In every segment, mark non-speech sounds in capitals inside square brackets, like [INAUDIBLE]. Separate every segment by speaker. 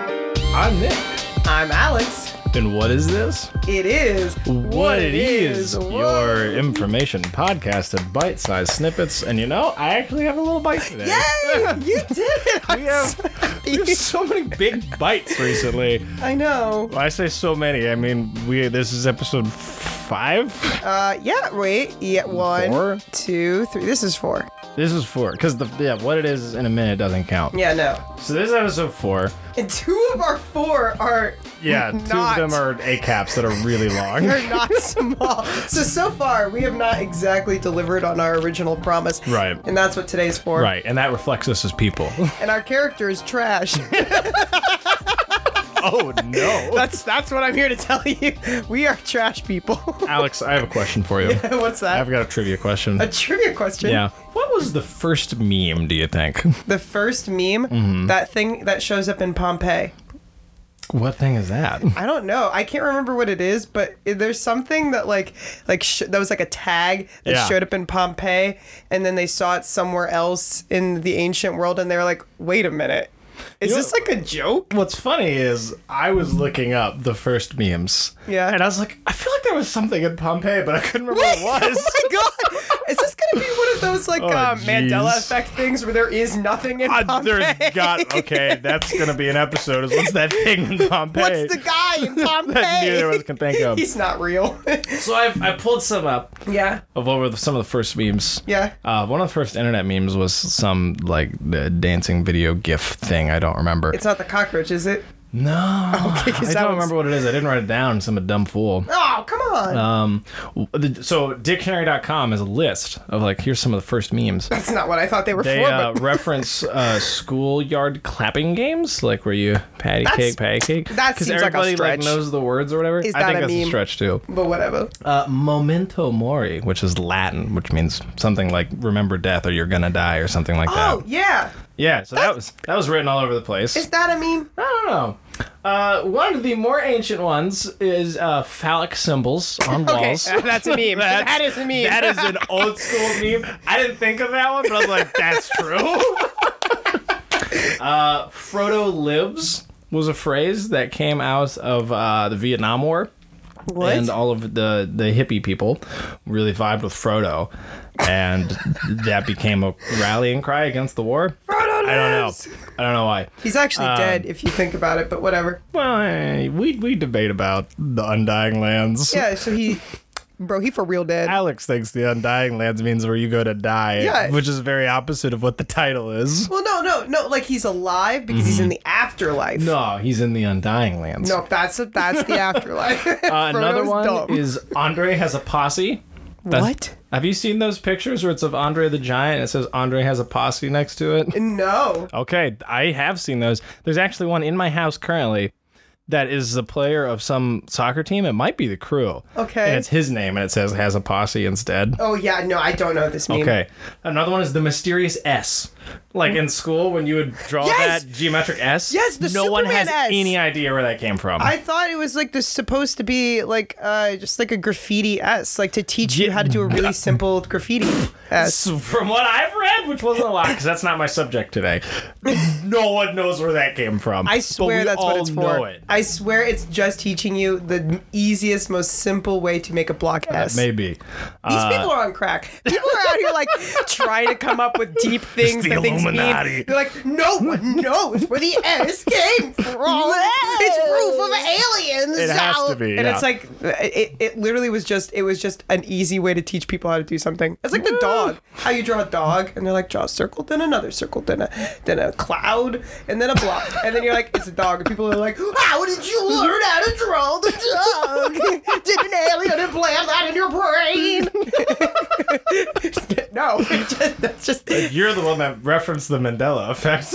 Speaker 1: I'm Nick.
Speaker 2: I'm Alex.
Speaker 1: And what is this?
Speaker 2: It is
Speaker 1: What it is,
Speaker 2: Whoa.
Speaker 1: your information podcast of bite sized snippets. And you know, I actually have a little bite today. [LAUGHS]
Speaker 2: Yay! You did it! I'm
Speaker 1: We have-
Speaker 2: so happy.
Speaker 1: We have so many big bites [LAUGHS] recently.
Speaker 2: I know.
Speaker 1: When I say so many, I mean we. This is episode five.
Speaker 2: Uh, yeah. Wait. Yeah. One, two, three.
Speaker 1: Four?
Speaker 2: This is four.
Speaker 1: This is four, because the yeah, what it is in a minute doesn't count.
Speaker 2: Yeah. No.
Speaker 1: So this is episode four.
Speaker 2: And two of our four are
Speaker 1: Yeah, two
Speaker 2: Not-
Speaker 1: of them are A caps that are really long. [LAUGHS]
Speaker 2: are not small. So so far we have not exactly delivered on our original promise.
Speaker 1: Right.
Speaker 2: And that's what today's for.
Speaker 1: right, and that reflects us as people.
Speaker 2: And our character is trash. [LAUGHS]
Speaker 1: oh no.
Speaker 2: that's that's what I'm here to tell you. We are trash people.
Speaker 1: [LAUGHS]
Speaker 2: [LAUGHS]
Speaker 1: Alex, I have a question for you.
Speaker 2: What's that?
Speaker 1: I've got a trivia question.
Speaker 2: a trivia question.
Speaker 1: Yeah. What was the first meme, do you think?
Speaker 2: The first meme,
Speaker 1: Mm-hmm.
Speaker 2: that thing that shows up in Pompeii.
Speaker 1: [LAUGHS] What thing is that?
Speaker 2: I don't know. I can't remember what it is, but there's something that like like sh- that was like a tag that
Speaker 1: Yeah.
Speaker 2: showed up in Pompeii, and then they saw it somewhere else in the ancient world, and they were like, "Wait a minute, is
Speaker 1: You know-
Speaker 2: this like a joke?"
Speaker 1: What's funny is I was looking up the first memes.
Speaker 2: Yeah.
Speaker 1: And I was like, I feel like there was something in Pompeii, but I couldn't remember [LAUGHS] what [LAUGHS] it was.
Speaker 2: [LAUGHS] Oh my god! Is this gonna be one of those like
Speaker 1: Oh,
Speaker 2: uh,
Speaker 1: jeez.
Speaker 2: Mandela effect things where there is nothing in
Speaker 1: Uh,
Speaker 2: Pompeii?
Speaker 1: there's
Speaker 2: [LAUGHS]
Speaker 1: got okay. That's gonna be an episode. Is what's that thing in Pompeii?
Speaker 2: What's the guy in Pompeii?
Speaker 1: that [LAUGHS] neither of us can think of.
Speaker 2: [LAUGHS] He's not real.
Speaker 1: So I've, I pulled some up
Speaker 2: yeah,
Speaker 1: of over the, some of the first memes.
Speaker 2: yeah.
Speaker 1: Uh, one of the first internet memes was some like the dancing video GIF thing. I don't remember.
Speaker 2: It's not the cockroach, is it? [LAUGHS]
Speaker 1: no,
Speaker 2: 'cause
Speaker 1: I don't
Speaker 2: that was-
Speaker 1: remember what it is. I didn't write it down. So I'm a dumb fool.
Speaker 2: Oh, come on.
Speaker 1: Um, w- the- so dictionary.com is a list of like here's some of the first memes.
Speaker 2: That's not what I thought they were
Speaker 1: They
Speaker 2: for.
Speaker 1: uh,
Speaker 2: but [LAUGHS]
Speaker 1: reference uh, schoolyard clapping games, like where you patty cake, patty cake.
Speaker 2: that
Speaker 1: because
Speaker 2: seems like a
Speaker 1: everybody
Speaker 2: stretch.
Speaker 1: knows the words or whatever.
Speaker 2: Is
Speaker 1: I
Speaker 2: that
Speaker 1: think
Speaker 2: a
Speaker 1: that's a
Speaker 2: meme?
Speaker 1: stretch too.
Speaker 2: but whatever.
Speaker 1: Uh, memento mori, which is Latin, which means something like "remember death" or "you're gonna die" or something like
Speaker 2: Oh
Speaker 1: that.
Speaker 2: yeah,
Speaker 1: Yeah, so that was that was written all over the place.
Speaker 2: is that a meme?
Speaker 1: I don't know. Uh, one of the more ancient ones is uh, phallic symbols on
Speaker 2: [LAUGHS]
Speaker 1: walls.
Speaker 2: uh, that's a
Speaker 1: [LAUGHS]
Speaker 2: meme. that is a meme.
Speaker 1: That is an old
Speaker 2: [LAUGHS]
Speaker 1: school meme. I didn't think of that one, but I was like, that's true. [LAUGHS] uh, Frodo lives was a phrase that came out of uh, the Vietnam War.
Speaker 2: What?
Speaker 1: And all of the, the hippie people really vibed with Frodo. And that became a rallying cry against the war.
Speaker 2: Frodo
Speaker 1: I don't know. Um,
Speaker 2: lives!
Speaker 1: I don't know why.
Speaker 2: He's actually dead if you think about it, but whatever.
Speaker 1: Well, eh, we, we debate about the Undying Lands.
Speaker 2: Yeah, so he, bro, he for real dead.
Speaker 1: [LAUGHS] Alex thinks the Undying Lands means where you go to die,
Speaker 2: Yeah.
Speaker 1: which is very opposite of what the title is.
Speaker 2: Well, no, no, no. Like he's alive because he's in the afterlife.
Speaker 1: Mm-hmm. No, he's in the Undying Lands.
Speaker 2: no, that's
Speaker 1: [LAUGHS]
Speaker 2: that's the afterlife.
Speaker 1: Uh, another
Speaker 2: [LAUGHS] Frodo's
Speaker 1: one
Speaker 2: dumb.
Speaker 1: is Andre has a posse. That's-
Speaker 2: what?
Speaker 1: Have you seen those pictures where it's of Andre the Giant and it says Andre has a posse next to it?
Speaker 2: No.
Speaker 1: Okay, I have seen those. There's actually one in my house currently that is the player of some soccer team. It might be the crew.
Speaker 2: Okay.
Speaker 1: And it's his name and it says has a posse instead.
Speaker 2: Oh yeah, no, I don't know this meme.
Speaker 1: Okay. Another one is the mysterious S. Like in school, when you would draw
Speaker 2: Yes!
Speaker 1: that geometric S,
Speaker 2: Yes, the
Speaker 1: no one
Speaker 2: Superman
Speaker 1: has
Speaker 2: S.
Speaker 1: any idea where that came from.
Speaker 2: I thought it was like this supposed to be like uh just like a graffiti s like to teach you
Speaker 1: Yeah.
Speaker 2: how to do
Speaker 1: [LAUGHS]
Speaker 2: a really simple graffiti s.
Speaker 1: So [LAUGHS] from what I've read, which wasn't a lot, because that's not my subject
Speaker 2: [LAUGHS]
Speaker 1: today, no one knows where that came from.
Speaker 2: I
Speaker 1: But
Speaker 2: swear
Speaker 1: we
Speaker 2: that's what
Speaker 1: all
Speaker 2: it's
Speaker 1: know
Speaker 2: for.
Speaker 1: It.
Speaker 2: I swear it's just teaching you the easiest, most simple way to make a block
Speaker 1: [LAUGHS]
Speaker 2: s. These
Speaker 1: Maybe. Uh,
Speaker 2: people are on crack. People are out here
Speaker 1: [LAUGHS]
Speaker 2: like trying to come up with deep things
Speaker 1: the
Speaker 2: that things mean.
Speaker 1: Illuminati.
Speaker 2: They're like, no one knows where the S came from. it's proof of aliens.
Speaker 1: It has to be,
Speaker 2: And
Speaker 1: yeah.
Speaker 2: it's like, it, it literally was just, it was just an easy way to teach people how to do something. It's like the dog. How you draw a dog, and they're like, draw a circle, then another circle, then a then a cloud, and then a block, and then you're like, it's a dog. And people are like, how did you learn how to draw uh, [LAUGHS] the dog? Did an alien implant that in your brain? no, [LAUGHS] it just, that's just
Speaker 1: You're the one that referenced the Mandela effect.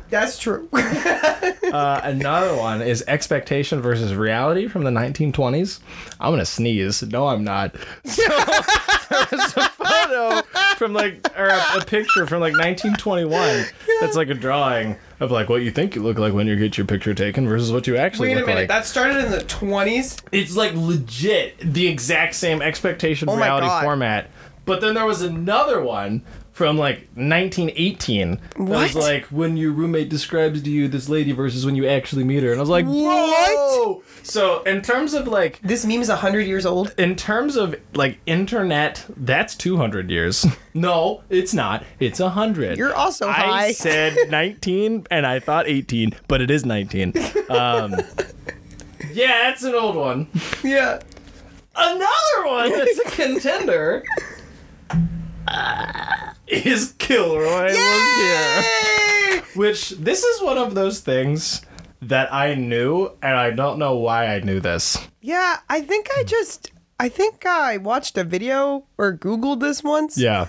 Speaker 1: [LAUGHS]
Speaker 2: that's true. [LAUGHS]
Speaker 1: uh, another one is expectation versus reality from the 1920s. I'm gonna sneeze. No, I'm not. [LAUGHS] So there's a photo from like or a, a picture from like 1921 that's like a drawing of like what you think you look like when you get your picture taken versus what you actually
Speaker 2: Wait a
Speaker 1: look
Speaker 2: minute,
Speaker 1: like.
Speaker 2: that started in the 20s?
Speaker 1: it's like legit the exact same expectation
Speaker 2: Oh my
Speaker 1: reality
Speaker 2: God.
Speaker 1: format. But then there was another one from like 1918. That was
Speaker 2: What?
Speaker 1: like when your roommate describes to you this lady versus when you actually meet her. And I was like, whoa! So, in terms of like,
Speaker 2: This meme is hundred years old.
Speaker 1: in terms of like internet, that's 200 years. [LAUGHS] No, it's not. It's 100.
Speaker 2: You're also
Speaker 1: I
Speaker 2: high. [LAUGHS]
Speaker 1: said 19 and I thought 18, but it is 19.
Speaker 2: [LAUGHS]
Speaker 1: Um, yeah, that's an old one.
Speaker 2: Yeah.
Speaker 1: Another one that's a contender [LAUGHS] is Kilroy was here.
Speaker 2: Yay!
Speaker 1: Which this is one of those things that I knew and I don't know why I knew this.
Speaker 2: Yeah, I think I just I think I watched a video or Googled this once.
Speaker 1: Yeah.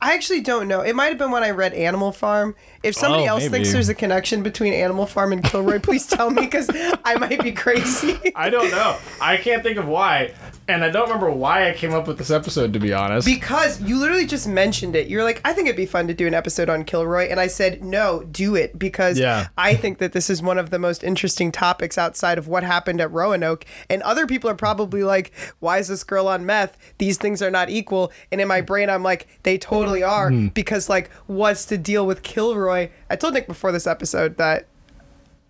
Speaker 2: I actually don't know. It might have been when I read Animal Farm. If somebody
Speaker 1: Oh,
Speaker 2: else thinks
Speaker 1: maybe.
Speaker 2: there's a connection between Animal Farm and Kilroy, please tell me because I might be crazy.
Speaker 1: [LAUGHS]
Speaker 2: [LAUGHS]
Speaker 1: I don't know. I can't think of why. And I don't remember why I came up with this episode to be honest.
Speaker 2: Because you literally just mentioned it. You're like, I think it'd be fun to do an episode on Kilroy. And I said, no, do it because
Speaker 1: Yeah.
Speaker 2: I think that this is one of the most interesting topics outside of what happened at Roanoke. And other people are probably like, why is this girl on meth? These things are not equal. And in my brain, I'm like, they totally are because, like, what's the deal with Kilroy? I told Nick before this episode that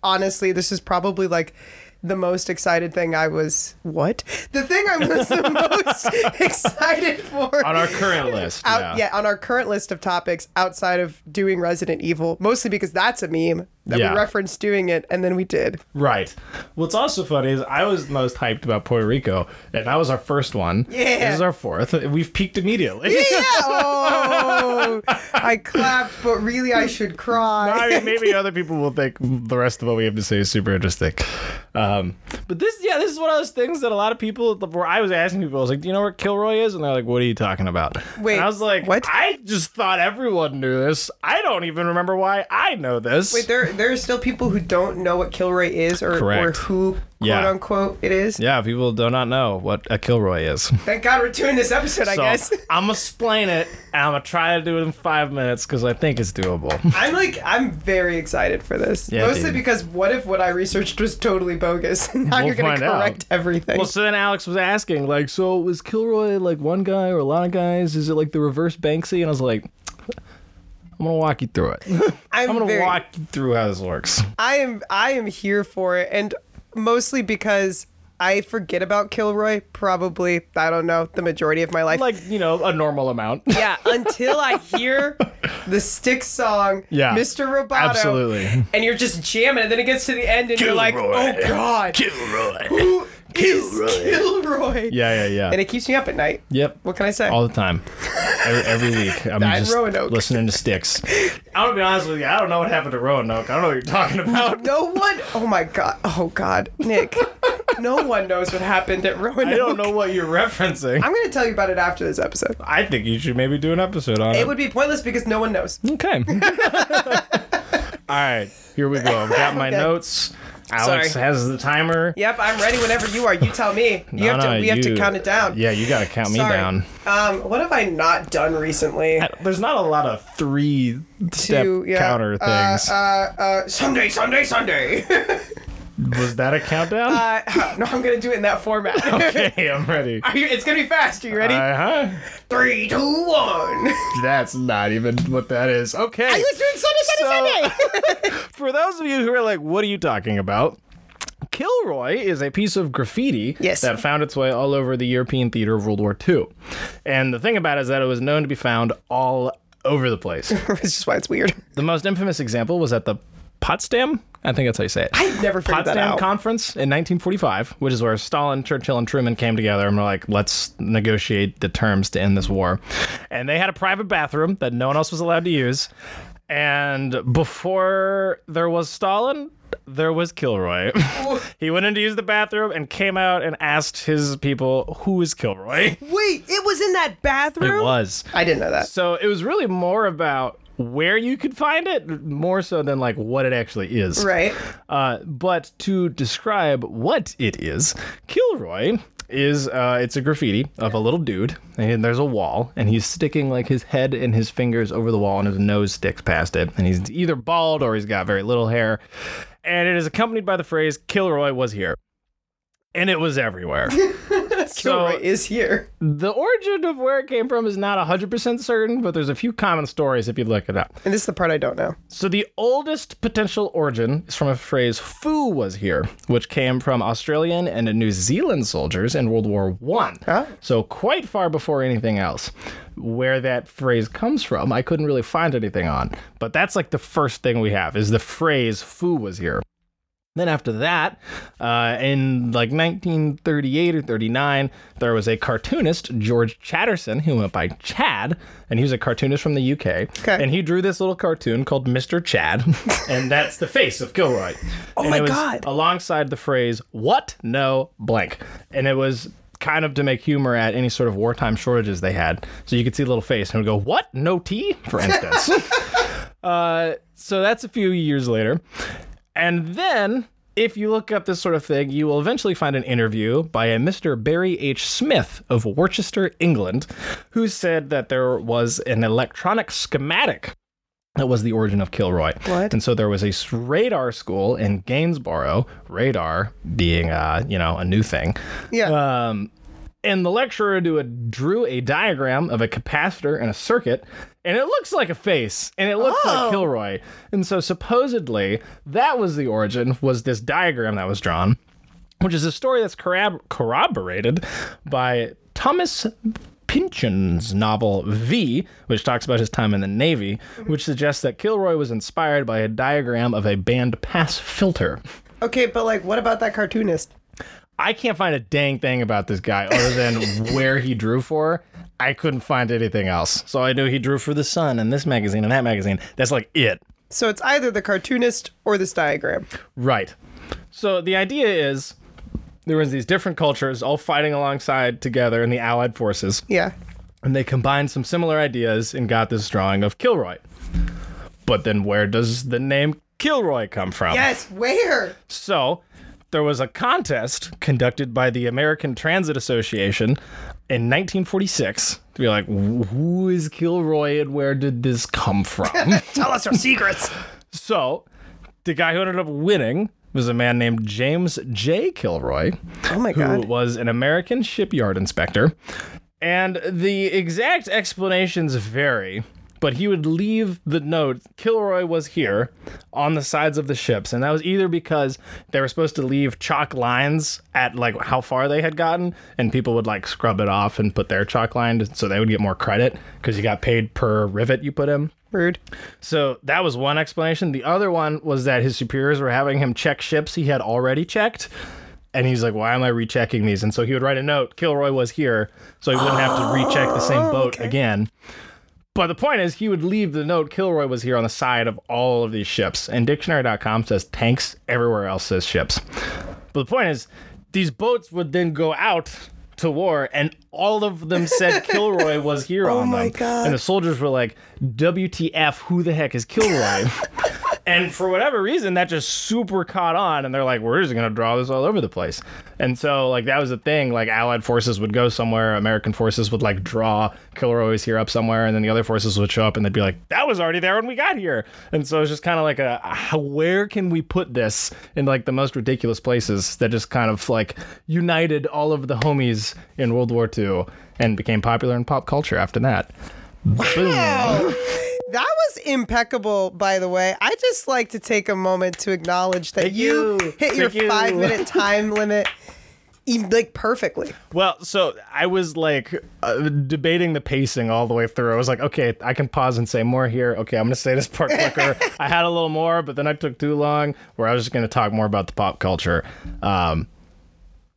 Speaker 2: honestly, this is probably like the most excited thing I was. What? The thing I was the most [LAUGHS] excited for.
Speaker 1: on our current list.
Speaker 2: out, yeah. on our current list of topics outside of doing Resident Evil, mostly because that's a meme that
Speaker 1: Yeah.
Speaker 2: we referenced doing it, and then
Speaker 1: [LAUGHS]
Speaker 2: we did.
Speaker 1: Right. What's also funny is I was most hyped about Puerto Rico, and that was our first one.
Speaker 2: Yeah.
Speaker 1: This is our fourth. We've peaked immediately.
Speaker 2: Yeah. Oh, I clapped, but really I should
Speaker 1: I
Speaker 2: cry.
Speaker 1: mean, maybe other people will think the rest of what we have to say is super interesting. Um, but this, yeah, this is one of those things that a lot of people, where I was asking people, I was like, do you know where Kilroy is? And they're like, what are you talking about?
Speaker 2: Wait,
Speaker 1: And I was like,
Speaker 2: what?
Speaker 1: I just thought everyone knew this. I don't even remember why I know this.
Speaker 2: Wait, there there are still people who don't know what Kilroy is or, or
Speaker 1: Correct.
Speaker 2: who quote
Speaker 1: Yeah.
Speaker 2: unquote it is.
Speaker 1: yeah, people do not know what a Kilroy is.
Speaker 2: Thank God we're doing this episode, I guess. [LAUGHS]
Speaker 1: I'm gonna explain it, and I'm gonna try to do it in five minutes because I think it's doable.
Speaker 2: I'm like I'm very excited for this.
Speaker 1: Yeah,
Speaker 2: Mostly
Speaker 1: dude.
Speaker 2: because what if what I researched was totally bogus? [LAUGHS] And now
Speaker 1: We'll
Speaker 2: you're gonna
Speaker 1: find out.
Speaker 2: correct everything.
Speaker 1: well, so then Alex was asking, like, so was Kilroy like one guy or a lot of guys? Is it like the reverse Banksy? And I was like, I'm gonna walk you through it.
Speaker 2: I'm,
Speaker 1: I'm gonna
Speaker 2: very,
Speaker 1: walk you through how this works.
Speaker 2: I am I am here for it, and mostly because I forget about Kilroy. Probably I don't know the majority of my life.
Speaker 1: Like, you know, a normal [LAUGHS] amount.
Speaker 2: yeah, until I hear the stick song,
Speaker 1: Yeah,
Speaker 2: Mr. Roboto,
Speaker 1: absolutely.
Speaker 2: and you're just jamming, and then it gets to the end, and you're like, oh
Speaker 1: Kilroy.
Speaker 2: god,
Speaker 1: Kilroy.
Speaker 2: who is Kilroy?
Speaker 1: Yeah, yeah,
Speaker 2: and
Speaker 1: yeah.
Speaker 2: it keeps me up at night.
Speaker 1: Yep.
Speaker 2: What can I say?
Speaker 1: All the time. Every, every week. I'm
Speaker 2: At
Speaker 1: just
Speaker 2: Roanoke.
Speaker 1: listening to sticks. I'm gonna be honest with you, I don't know what happened to Roanoke. I don't know what you're talking about.
Speaker 2: No one oh my god. Oh god, Nick. no one knows what happened at Roanoke.
Speaker 1: I don't know what you're referencing.
Speaker 2: I'm gonna tell you about it after this episode.
Speaker 1: I think you should maybe do an episode on it.
Speaker 2: It would be pointless because no one knows. [LAUGHS]
Speaker 1: Okay. All right, here we go. I've got my
Speaker 2: Okay.
Speaker 1: notes. Alex
Speaker 2: Sorry.
Speaker 1: has the timer.
Speaker 2: Yep, I'm ready whenever you are. You tell me.
Speaker 1: [LAUGHS]
Speaker 2: You have to we have to count it down.
Speaker 1: Yeah, you gotta count me
Speaker 2: Sorry.
Speaker 1: down.
Speaker 2: Um, what have I not done recently?
Speaker 1: There's not a lot of three step
Speaker 2: To, yeah,
Speaker 1: counter
Speaker 2: Uh,
Speaker 1: things.
Speaker 2: uh, uh, Sunday, Sunday, Sunday. [LAUGHS]
Speaker 1: Was that a countdown?
Speaker 2: uh, no, I'm gonna do it in that format.
Speaker 1: [LAUGHS] okay, I'm ready.
Speaker 2: [LAUGHS] Are you, it's gonna be fast. Are you ready?
Speaker 1: Uh-huh.
Speaker 2: Three, two,
Speaker 1: [LAUGHS]
Speaker 2: one.
Speaker 1: That's not even what that is. Okay.
Speaker 2: doing Sunday,
Speaker 1: Sunday,
Speaker 2: [LAUGHS]
Speaker 1: For those of you who are like, what are you talking about? Kilroy is a piece of graffiti
Speaker 2: Yes.
Speaker 1: that found its way all over the European theater of World War II. And the thing about it is that it was known to be found all over the place.
Speaker 2: Which is why it's weird.
Speaker 1: the most infamous example was at the Potsdam, I think that's how you say it.
Speaker 2: I never figured that
Speaker 1: Potsdam
Speaker 2: out.
Speaker 1: Conference in 1945, which is where Stalin, Churchill, and Truman came together and were like, let's negotiate the terms to end this war. And they had a private bathroom that no one else was allowed to use. And before there was Stalin, there was Kilroy. [LAUGHS] he went in to use the bathroom and came out and asked his people, who is Kilroy? [LAUGHS]
Speaker 2: Wait, it was in that bathroom.
Speaker 1: It was.
Speaker 2: I didn't know that.
Speaker 1: So it was really more about where you could find it, more so than like what it actually is.
Speaker 2: Right.
Speaker 1: Uh, but to describe what it is, Kilroy is uh, it's a graffiti of a little dude, and there's a wall, and he's sticking like his head and his fingers over the wall, and his nose sticks past it, and he's either bald or he's got very little hair, and it is accompanied by the phrase "Kilroy was here." And it was everywhere
Speaker 2: Matt Kilroy is here.
Speaker 1: The origin of where it came from is not 100% certain, but there's a few common stories if you look it up.
Speaker 2: And this is the part I don't know.
Speaker 1: So the oldest potential origin is from a phrase "foo was here," which came from Australian and New Zealand soldiers in World War One.
Speaker 2: Ah.
Speaker 1: So quite far before anything else. Where that phrase comes from, I couldn't really find anything on. But that's like the first thing we have is the phrase "foo was here." Then after that, uh, in like 1938 or 39, there was a cartoonist, George Chatterson, who went by Chad, and he was a cartoonist from the UK.
Speaker 2: Okay.
Speaker 1: And he drew this little cartoon called Mr. Chad, [LAUGHS] and that's the face of Gilroy. Oh
Speaker 2: my God.
Speaker 1: Alongside the phrase, what? No, blank. And it was kind of to make humor at any sort of wartime shortages they had. So you could see a little face and it would go, what? No tea?
Speaker 2: [LAUGHS]
Speaker 1: For instance. Uh, so that's a few years later. And then, if you look up this sort of thing, you will eventually find an interview by a Mr. Barry H. Smith of Worcester, England, who said that there was an electronic schematic that was the origin of Kilroy.
Speaker 2: What?
Speaker 1: And so there was a s- radar school in Gainsborough, radar being, uh, you know, a new thing.
Speaker 2: Yeah.
Speaker 1: Um, and the lecturer do a, drew a diagram of a capacitor and a circuit, and it looks like a face, and it looks
Speaker 2: Oh.
Speaker 1: like Kilroy. And so supposedly that was the origin, was this diagram that was drawn, which is a story that's corrab- corroborated by Thomas Pynchon's novel V, which talks about his time in the Navy, which suggests that Kilroy was inspired by a diagram of a band pass filter.
Speaker 2: okay, but like, what about that cartoonist?
Speaker 1: I can't find a dang thing about this guy other than where he drew for. I couldn't find anything else. So I knew he drew for The Sun and this magazine and that magazine. That's like it.
Speaker 2: So it's either the cartoonist or this diagram.
Speaker 1: Right. So the idea is there was these different cultures all fighting alongside together in the allied forces
Speaker 2: Yeah.
Speaker 1: and they combined some similar ideas and got this drawing of Kilroy. But then where does the name Kilroy come from?
Speaker 2: Yes, where?
Speaker 1: So there was a contest conducted by the American Transit Association in 1946 to be like, who is Kilroy and where did this come from?
Speaker 2: Tell us our secrets.
Speaker 1: so the guy who ended up winning was a man named James J. Kilroy,
Speaker 2: Oh my
Speaker 1: who
Speaker 2: god.
Speaker 1: was an American shipyard inspector. And the exact explanations vary, but he would leave the note Kilroy was here on the sides of the ships. And that was either because they were supposed to leave chalk lines at like how far they had gotten, and people would like scrub it off and put their chalk line so they would get more credit because you got paid per rivet you put in.
Speaker 2: Rude.
Speaker 1: So that was one explanation. The other one was that his superiors were having him check ships he had already checked. And he's like, why am I rechecking these? And so he would write a note Kilroy was here, so he wouldn't have to recheck the
Speaker 2: Oh,
Speaker 1: same boat again. But the point is, he would leave the note Kilroy was here on the side of all of these ships. And dictionary.com says tanks, everywhere else says ships. But the point is, these boats would then go out to war, and all of them
Speaker 2: [LAUGHS]
Speaker 1: said Kilroy was here on
Speaker 2: Oh my
Speaker 1: them.
Speaker 2: God.
Speaker 1: And the soldiers were like, WTF, who the heck is
Speaker 2: [LAUGHS]
Speaker 1: Kilroy? and for whatever reason, that just super caught on, and they're like, we're just gonna draw this all over the place. And so, like, that was the thing. Like, Allied forces would go somewhere, American forces would like draw Kilroy is here up somewhere, and then the other forces would show up, and they'd be like, that was already there when we got here. And so it's just kind of like a, how, where can we put this in like the most ridiculous places that just kind of like united all of the homies in World War II and became popular in pop culture after that.
Speaker 2: Oh, That was impeccable, by the way. I just like to take a moment to acknowledge that
Speaker 1: Thank
Speaker 2: you,
Speaker 1: you.
Speaker 2: hit your
Speaker 1: Thank you.
Speaker 2: five minute time limit e- like perfectly.
Speaker 1: Well, so I was like uh, debating the pacing all the way through. I was like, okay, I can pause and say more here. Okay, I'm going to say this part [LAUGHS] quicker. I had a little more, but then I took too long where I was just going to talk more about the pop culture. Um,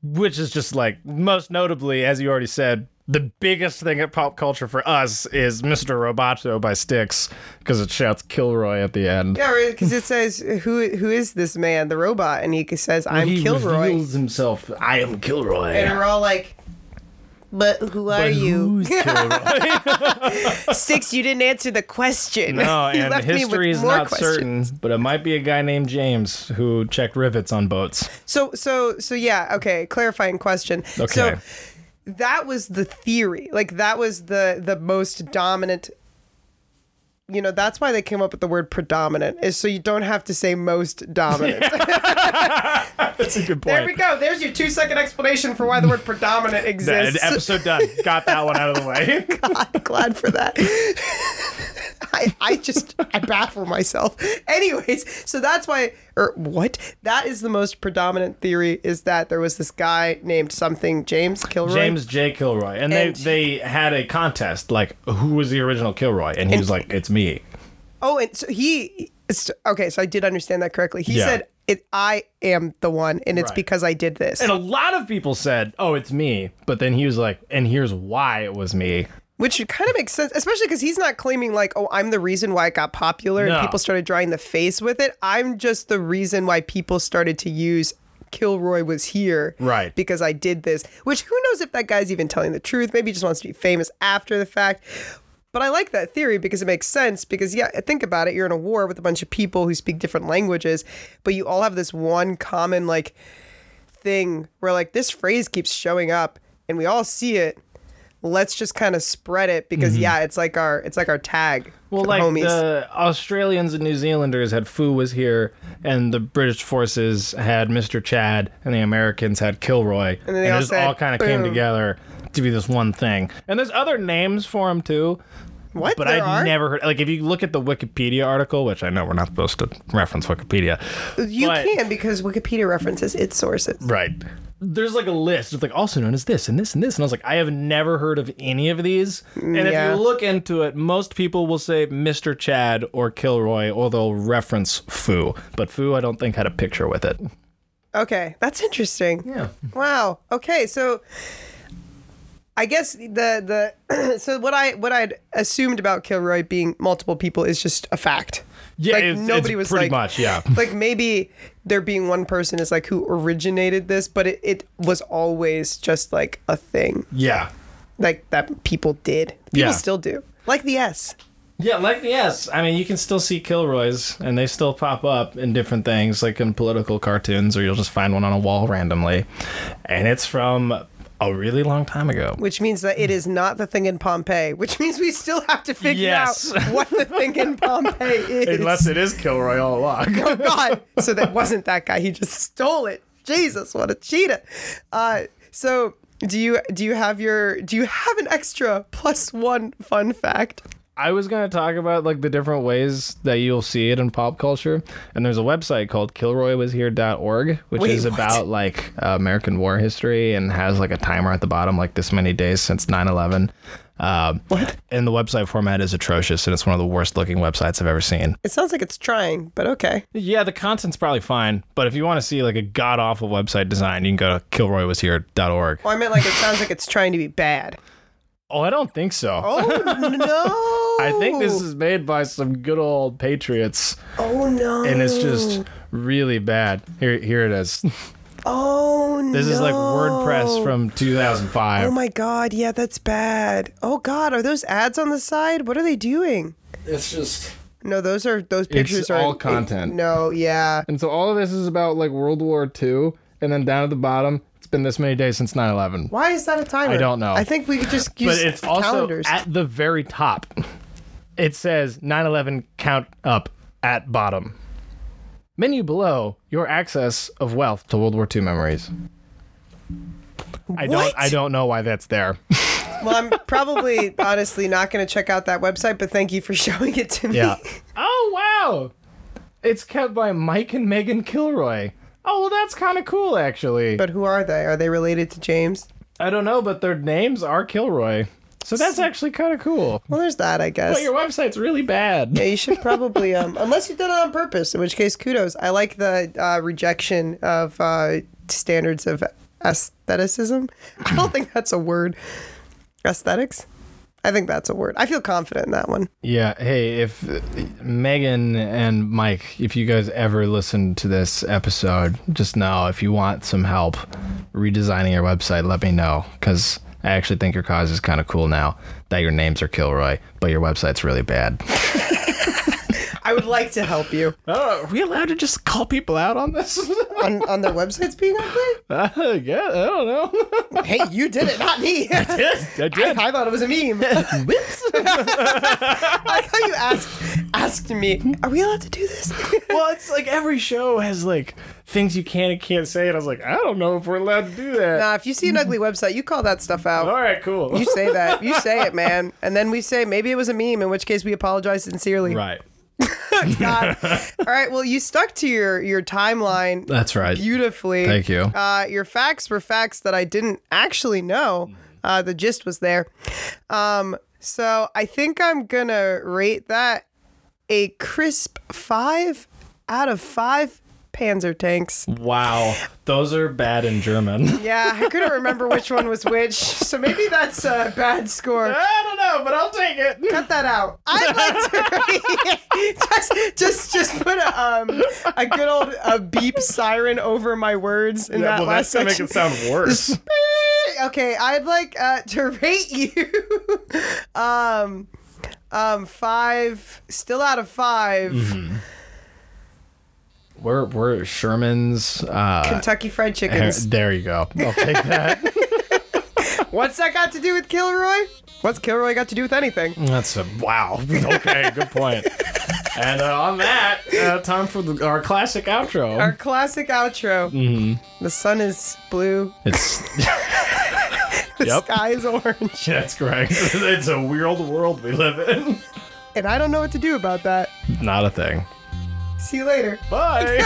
Speaker 1: which is just like most notably, as you already said, the biggest thing at pop culture for us is Mr. Roboto by Styx because it shouts Kilroy at the end.
Speaker 2: Yeah, [LAUGHS] because it says who who is this man, the robot, and he says I'm
Speaker 1: he
Speaker 2: Kilroy,
Speaker 1: reveals himself. I am Kilroy.
Speaker 2: and we're all like, "But who are
Speaker 1: But
Speaker 2: you, [LAUGHS]
Speaker 1: who's Kilroy?
Speaker 2: Six? You didn't answer the question.
Speaker 1: No,
Speaker 2: [LAUGHS] you
Speaker 1: Oh, and
Speaker 2: left me with
Speaker 1: history is
Speaker 2: more
Speaker 1: not
Speaker 2: questions.
Speaker 1: certain, but it might be a guy named James who checked rivets on boats.
Speaker 2: So so so yeah. Okay, clarifying question.
Speaker 1: Okay.
Speaker 2: [LAUGHS] So that was the theory. Like that was the the most dominant you know that's why they came up with the word predominant is so you don't have to say
Speaker 1: [LAUGHS]
Speaker 2: most dominant.
Speaker 1: That's a good point.
Speaker 2: there we go. There's your two second explanation for why the word
Speaker 1: [LAUGHS]
Speaker 2: predominant
Speaker 1: That-
Speaker 2: exists. [LAUGHS]
Speaker 1: episode done. Got that one out of the way.
Speaker 2: God, glad for that. [LAUGHS] I, I just I baffle myself. Anyways, so that's why or what? That is the most predominant theory is that there was this guy named something James Kilroy.
Speaker 1: James J. Kilroy, and,
Speaker 2: And-
Speaker 1: they they had a contest like who was the original Kilroy, and he was like, "It's me."
Speaker 2: Oh, and so he it's- okay, so I did understand that correctly. He
Speaker 1: Yeah.
Speaker 2: said it I am the one and it's
Speaker 1: Right.
Speaker 2: because I did this.
Speaker 1: And a lot of people said, "Oh, it's me," but then he was like, "And here's why it was me."
Speaker 2: Which kind of makes sense, especially because he's not claiming like, "Oh, I'm the reason why it got popular
Speaker 1: No.
Speaker 2: and people started drawing the face with it." I'm just the reason why people started to use Kilroy was here,
Speaker 1: Right.
Speaker 2: Because I did this. Which who knows if that guy's even telling the truth? Maybe he just wants to be famous after the fact. But I like that theory because it makes sense. Because yeah, think about it: you're in a war with a bunch of people who speak different languages, but you all have this one common like thing where like this phrase keeps showing up and we all see it let's just kind of spread it because yeah it's like our it's like our tag
Speaker 1: Well,
Speaker 2: for
Speaker 1: like
Speaker 2: the homies
Speaker 1: the Australians and New Zealanders had Fu was here, and the British forces had Mr. Chad, and the Americans had Kilroy, and,
Speaker 2: then they
Speaker 1: it
Speaker 2: all
Speaker 1: just
Speaker 2: said,
Speaker 1: all kind of came
Speaker 2: "Boom."
Speaker 1: together to be this one thing. And there's other names for him too.
Speaker 2: what
Speaker 1: But
Speaker 2: there
Speaker 1: I
Speaker 2: are
Speaker 1: never heard like if you look at the Wikipedia article, which I know we're not supposed to reference Wikipedia,
Speaker 2: you
Speaker 1: but-
Speaker 2: can because wikipedia references its sources
Speaker 1: Right. There's like a list. It's like also known as this and this and this. And I was like, I have never heard of any of these. And if
Speaker 2: yeah.
Speaker 1: you look into it, most people will say Mr. Chad or Kilroy, or they'll reference Foo. But Foo, I don't think, had a picture with it.
Speaker 2: okay that's interesting
Speaker 1: Yeah.
Speaker 2: wow okay so i guess the the [CLEARS THROAT] so what i what i'd assumed about kilroy being multiple people is just a fact
Speaker 1: Yeah.
Speaker 2: like
Speaker 1: it's,
Speaker 2: nobody
Speaker 1: it's
Speaker 2: was
Speaker 1: pretty
Speaker 2: like
Speaker 1: much. Yeah.
Speaker 2: [LAUGHS] like maybe there being one person is like who originated this but it, it was always just like a thing
Speaker 1: Yeah.
Speaker 2: like that people did people
Speaker 1: Yeah.
Speaker 2: still do like the s
Speaker 1: Yeah, like yes. I mean, you can still see Kilroys, and they still pop up in different things, like in political cartoons, or you'll just find one on a wall randomly, and it's from a really long time ago.
Speaker 2: which means that it is not the thing in pompeii which [LAUGHS] means we still have to figure
Speaker 1: Yes. [LAUGHS]
Speaker 2: out what the thing in pompeii is
Speaker 1: Unless it is Kilroy all along.
Speaker 2: [LAUGHS] oh god so that wasn't that guy he just stole it jesus what a cheetah uh so do you do you have your do you have an extra plus one fun fact
Speaker 1: I was gonna talk about like the different ways that you'll see it in pop culture, and there's a website called KilroyWasHere.org, which
Speaker 2: Wait,
Speaker 1: is
Speaker 2: what?
Speaker 1: about like uh, American war history and has like a timer at the bottom, like this many days since 9/11. Um,
Speaker 2: What?
Speaker 1: And the website format is atrocious, and it's one of the worst looking websites I've ever seen.
Speaker 2: it sounds like it's trying but okay
Speaker 1: Yeah, the content's probably fine, but if you want to see like a god awful website design, you can go to KilroyWasHere.org.
Speaker 2: Well, Oh, I meant like it sounds like it's trying to be [LAUGHS] bad.
Speaker 1: Oh, I don't think so.
Speaker 2: Oh no!
Speaker 1: I think this is made by some good old patriots.
Speaker 2: Oh no!
Speaker 1: and it's just really bad. Here, here it is. [LAUGHS]
Speaker 2: Oh no!
Speaker 1: This is like WordPress from 2005.
Speaker 2: Oh my god! Yeah, that's bad. Oh god, are those ads on the side? What are they doing?
Speaker 1: It's just.
Speaker 2: No, those are those pictures are
Speaker 1: all content.
Speaker 2: no, yeah.
Speaker 1: And so all of this is about like World War II, and then down at the bottom, it's been this many days since 9/11.
Speaker 2: Why is that a timer?
Speaker 1: I don't know.
Speaker 2: I think we could just use
Speaker 1: But it's also
Speaker 2: calendars.
Speaker 1: at the very top. It says 9/11 count up at bottom. Menu below, your access of wealth to World War II memories. I
Speaker 2: What?
Speaker 1: don't I don't know why that's there.
Speaker 2: well, I'm probably honestly not going to check out that website, but thank you for [LAUGHS] showing it to me.
Speaker 1: Yeah. [LAUGHS] oh wow! It's kept by Mike and Megan Kilroy. Oh well, that's kind of cool actually.
Speaker 2: But who are they? Are they related to James?
Speaker 1: I don't know, but their names are Kilroy, so that's actually kind of cool.
Speaker 2: Well, there's that, I guess.
Speaker 1: But your website's really bad.
Speaker 2: Yeah, you should probably, um, [LAUGHS] unless you did it on purpose, in which case, kudos. I like the uh, rejection of uh, standards of aestheticism. [LAUGHS] I don't think that's a word. Aesthetics? I think that's a word. I feel confident in that one.
Speaker 1: Yeah. Hey, if uh, Megan and Mike, if you guys ever listen to this episode, just know if you want some help redesigning your website, let me know because. I actually think your cause is kind of cool now that your names are Kilroy, but your website's really bad.
Speaker 2: I would like to help you.
Speaker 1: I don't know, are we allowed to just call people out on this? [LAUGHS]
Speaker 2: On, on their websites being ugly?
Speaker 1: Uh, I guess I don't know.
Speaker 2: Hey, you did it, not me.
Speaker 1: [LAUGHS] I did.
Speaker 2: [LAUGHS] I thought it was a meme. [LAUGHS] I like how you asked asked me, are we allowed to do this?
Speaker 1: [LAUGHS]
Speaker 2: [LAUGHS]
Speaker 1: well, it's like every show has like things you can and can't say, and I was like, I don't know if we're allowed to do that.
Speaker 2: nah, if you see an ugly website, you call that stuff out.
Speaker 1: All right, cool. [LAUGHS]
Speaker 2: You say that. You say it, man. And then we say maybe it was a meme, in which case we apologize sincerely.
Speaker 1: right.
Speaker 2: God. All right. Well, you stuck to your your timeline
Speaker 1: That's right.
Speaker 2: beautifully.
Speaker 1: Thank you.
Speaker 2: Uh, your facts were facts that I didn't actually
Speaker 1: Mm-hmm.
Speaker 2: know. Uh, the gist was there. Um, so I think I'm gonna rate that a crisp five out of five Panzer tanks.
Speaker 1: wow, those are bad in German. [LAUGHS]
Speaker 2: Yeah, I couldn't remember which one was which, so maybe that's a bad score.
Speaker 1: I don't know, but I'll take it.
Speaker 2: Cut that out. I'd like to [LAUGHS] just just just put a um a good old a beep siren over my words in
Speaker 1: [LAUGHS]
Speaker 2: that
Speaker 1: well,
Speaker 2: last
Speaker 1: that's gonna make
Speaker 2: section.
Speaker 1: it sound
Speaker 2: [LAUGHS]
Speaker 1: worse.
Speaker 2: Okay, I'd like uh, to rate you [LAUGHS] um um five still out of 5
Speaker 1: Mm-hmm. we're we're Sherman's. Uh,
Speaker 2: Kentucky fried
Speaker 1: there, [LAUGHS]
Speaker 2: chickens.
Speaker 1: there you go. I'll take that.
Speaker 2: What's that got to do with Kilroy? What's Kilroy got to do with anything?
Speaker 1: That's a wow. [LAUGHS] Okay, good point. And uh, on that, uh, time for the, our classic outro.
Speaker 2: Our classic outro.
Speaker 1: Mm-hmm.
Speaker 2: The sun is blue.
Speaker 1: it's
Speaker 2: The
Speaker 1: Yep.
Speaker 2: sky is orange. [LAUGHS]
Speaker 1: that's correct. [LAUGHS] It's a weird world we live in.
Speaker 2: And I don't know what to do about that.
Speaker 1: Not a thing. [LAUGHS]
Speaker 2: See you later.
Speaker 1: Bye.